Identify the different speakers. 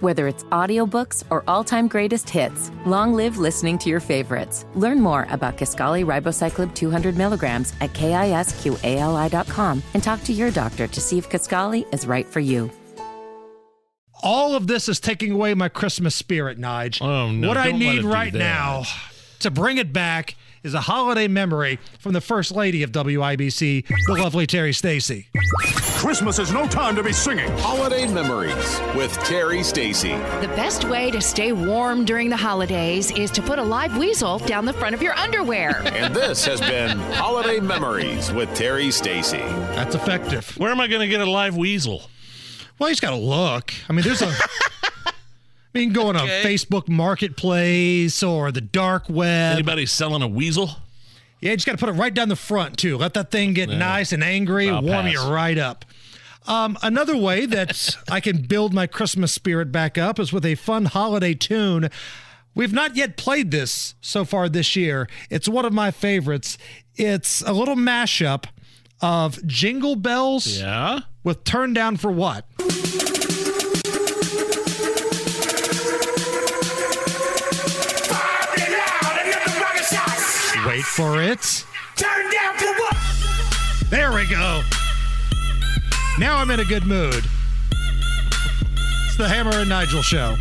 Speaker 1: Whether it's audiobooks or all-time greatest hits, long live listening to your favorites. Learn more about Kaskali Ribocyclib 200 milligrams at kisqali.com and talk to your doctor to see if Kaskali is right for you.
Speaker 2: All of this is taking away my Christmas spirit, Nige.
Speaker 3: Oh, no,
Speaker 2: What I
Speaker 3: don't let it
Speaker 2: need
Speaker 3: do
Speaker 2: right
Speaker 3: that.
Speaker 2: now to bring it back is a holiday memory from the first lady of WIBC, the lovely Terry Stacy.
Speaker 4: Christmas is no time to be singing.
Speaker 5: Holiday Memories with Terry Stacy.
Speaker 6: The best way to stay warm during the holidays is to put a live weasel down the front of your underwear.
Speaker 5: And this has been Holiday Memories with Terry Stacy.
Speaker 2: That's effective.
Speaker 3: Where am I going to get a live weasel?
Speaker 2: Well, he's got to look. I mean, there's a. I mean, go on a Facebook Marketplace or the dark web.
Speaker 3: Anybody selling a weasel?
Speaker 2: Yeah, you just got to put it right down the front too. Let that thing get nice and angry,
Speaker 3: I'll
Speaker 2: warm
Speaker 3: pass.
Speaker 2: you right up. Um, another way that I can build my Christmas spirit back up is with a fun holiday tune. We've not yet played this so far this year. It's one of my favorites. It's a little mashup of Jingle Bells
Speaker 3: Yeah.
Speaker 2: with Turn Down for What. Wait for it.
Speaker 7: Turn down for what?
Speaker 2: There we go. Now I'm in a good mood. It's the Hammer and Nigel show.